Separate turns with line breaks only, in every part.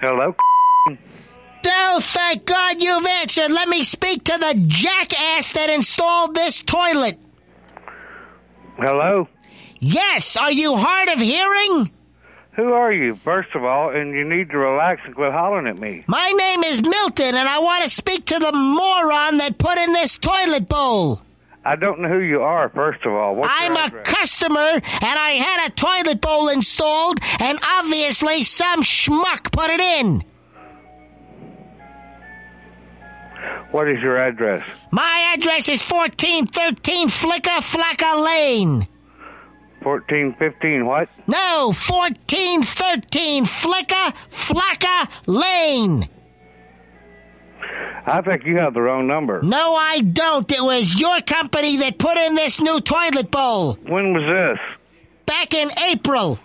Hello?
Oh, thank God you've answered. Let me speak to the jackass that installed this toilet.
Hello?
Yes, are you hard of hearing?
Who are you, first of all? And you need to relax and quit hollering at me.
My name is Milton, and I want to speak to the moron that put in this toilet bowl.
I don't know who you are, first of all. What's your
I'm a
address?
customer, and I had a toilet bowl installed, and obviously some schmuck put it in.
What is your address?
My address is 1413 Flicker Flacker Lane.
1415 what?
No, 1413 Flicker Flacker Lane.
I think you have the wrong number.
No, I don't. It was your company that put in this new toilet bowl
When was
back in April.
this?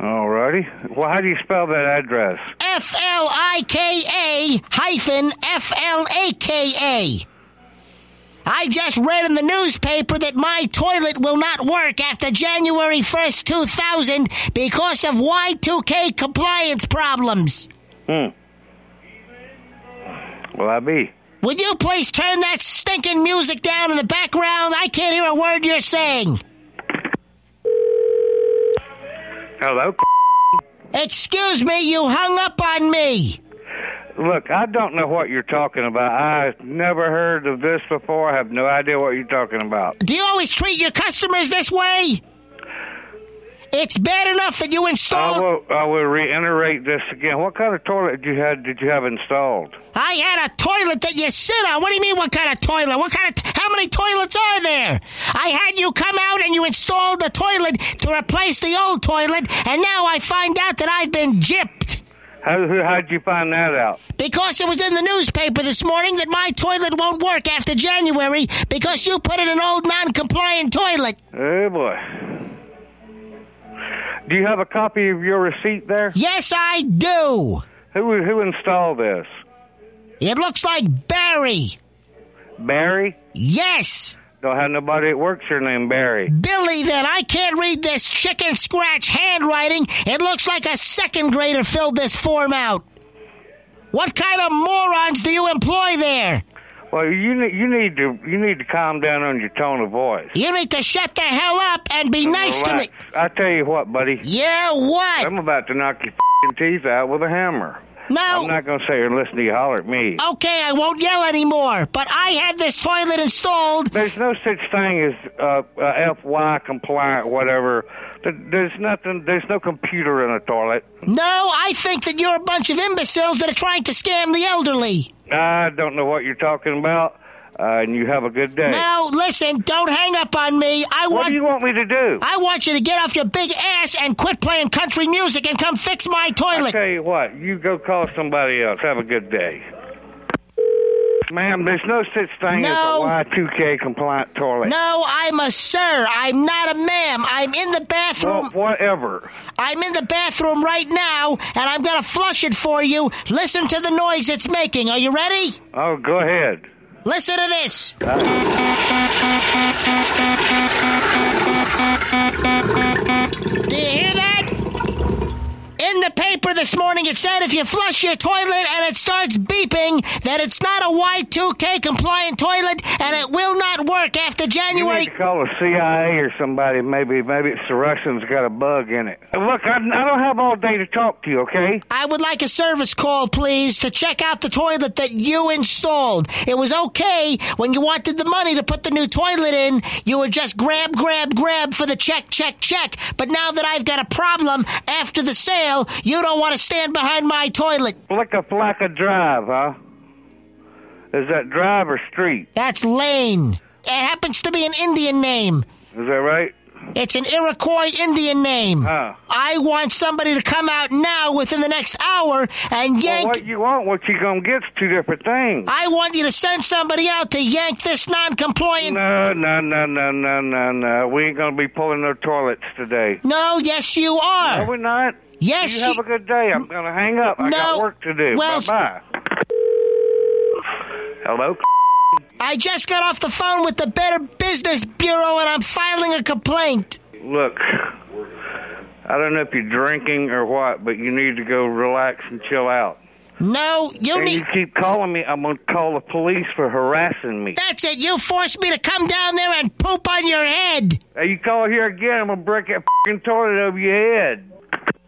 Alrighty. Well, how do you spell that address?
F L I K A hyphen F L A K A. I just read in the newspaper that my toilet will not work after January 1st, 2000 because of Y2K compliance problems.
Hmm. Will I be?
Would you please turn that stinking music down in the background? I can't hear a word you're saying.
Hello?
Excuse me, you hung up on me.
Look, I don't know what you're talking about. I've never heard of this before. I have no idea what you're talking about.
Do you always treat your customers this way? It's bad enough that you installed.
I will, I will reiterate this again. What kind of toilet did you had did you have installed?
I had a toilet that you sit on. What do you mean, what kind of toilet? What kind of, t- how many toilets are there? I had you come out and you installed a toilet to replace the old toilet, and now I find out that I've been gypped.
How who how'd you find that out?
Because it was in the newspaper this morning that my toilet won't work after January because you put in an old non compliant toilet.
Oh boy. Do you have a copy of your receipt there?
Yes, I do.
Who who installed this?
It looks like Barry.
Barry?
Yes.
Don't have nobody that works here named Barry.
Billy, then I can't read this chicken scratch handwriting. It looks like a second grader filled this form out. What kind of morons do you employ there?
Well, you ne- you need to you need to calm down on your tone of voice.
You need to shut the hell up and be nice to me.
Relax. I tell you what, buddy.
Yeah, what?
I'm about to knock your f***ing teeth out with a hammer.
no.
I'm not going to sit here and listen to you holler at me.
okay, I won't yell anymore, but I had this toilet installed.
There's no such thing as uh, uh, FY compliant, whatever. Th- There's nothing. There's no computer in a toilet.
No, I think that you're a bunch of imbeciles that are trying to scam the elderly.
I don't know what you're talking about. Uh, and you have a good day.
Now, listen, don't hang up on me. I
what
want
do you want me to do?
I want you to get off your big ass and quit playing country music and come fix
I
my toilet.
tell you what. You go call somebody else. Have a good day. Ma'am, there's no such thing
No.
as a Y2K compliant toilet.
No, I'm a sir. I'm not a ma'am. I'm in the
Well,
bathroom.
whatever.
I'm in the bathroom right now, and I'm going to flush it for you. Listen to the noise it's making. Are you ready?
Oh, go ahead.
Listen to this. Do you hear that? In the paper this morning, it said if you flush your toilet and it starts beeping, that it's not a Y2K compliant toilet and it will not work after
You
January.
need to call the CIA or somebody. Maybe maybe it's the Russians got a bug in it. Look, I, I don't have all day to talk to you. Okay.
I would like a service call, please, to check out the toilet that you installed. It was okay when you wanted the money to put the new toilet in. You were just grab, grab, grab for the check, check, check. But now that I've got a problem after the sale, you don't want to stand behind my toilet.
Flick a flack a drive, huh? Is that drive or street?
That's Lane. It happens to be an Indian name.
Is that right?
It's an Iroquois Indian name.
Huh.
I want somebody to come out now within the next hour and
Well,
yank.
what you want, what you gonna get's two different things.
I want you to send somebody out to yank this non-compliant
No, no, no, no, no, no, no. We ain't gonna be pulling no toilets today.
No, yes, you
Are
are.
we not?
yes,
You have
you-
a good day. I'm gonna hang up. I
No.
got work to do.
Well-
bye bye. Hello.
I just got off the phone with the Better Business Bureau and I'm filing a complaint.
Look, I don't know if you're drinking or what, but you need to go relax and chill out.
No, you
And
need.
you keep calling me, I'm going to call the police for harassing me.
That's it. You forced me to come down there and poop on your head.
Hey, you call here again, I'm going to break that fing toilet over your head.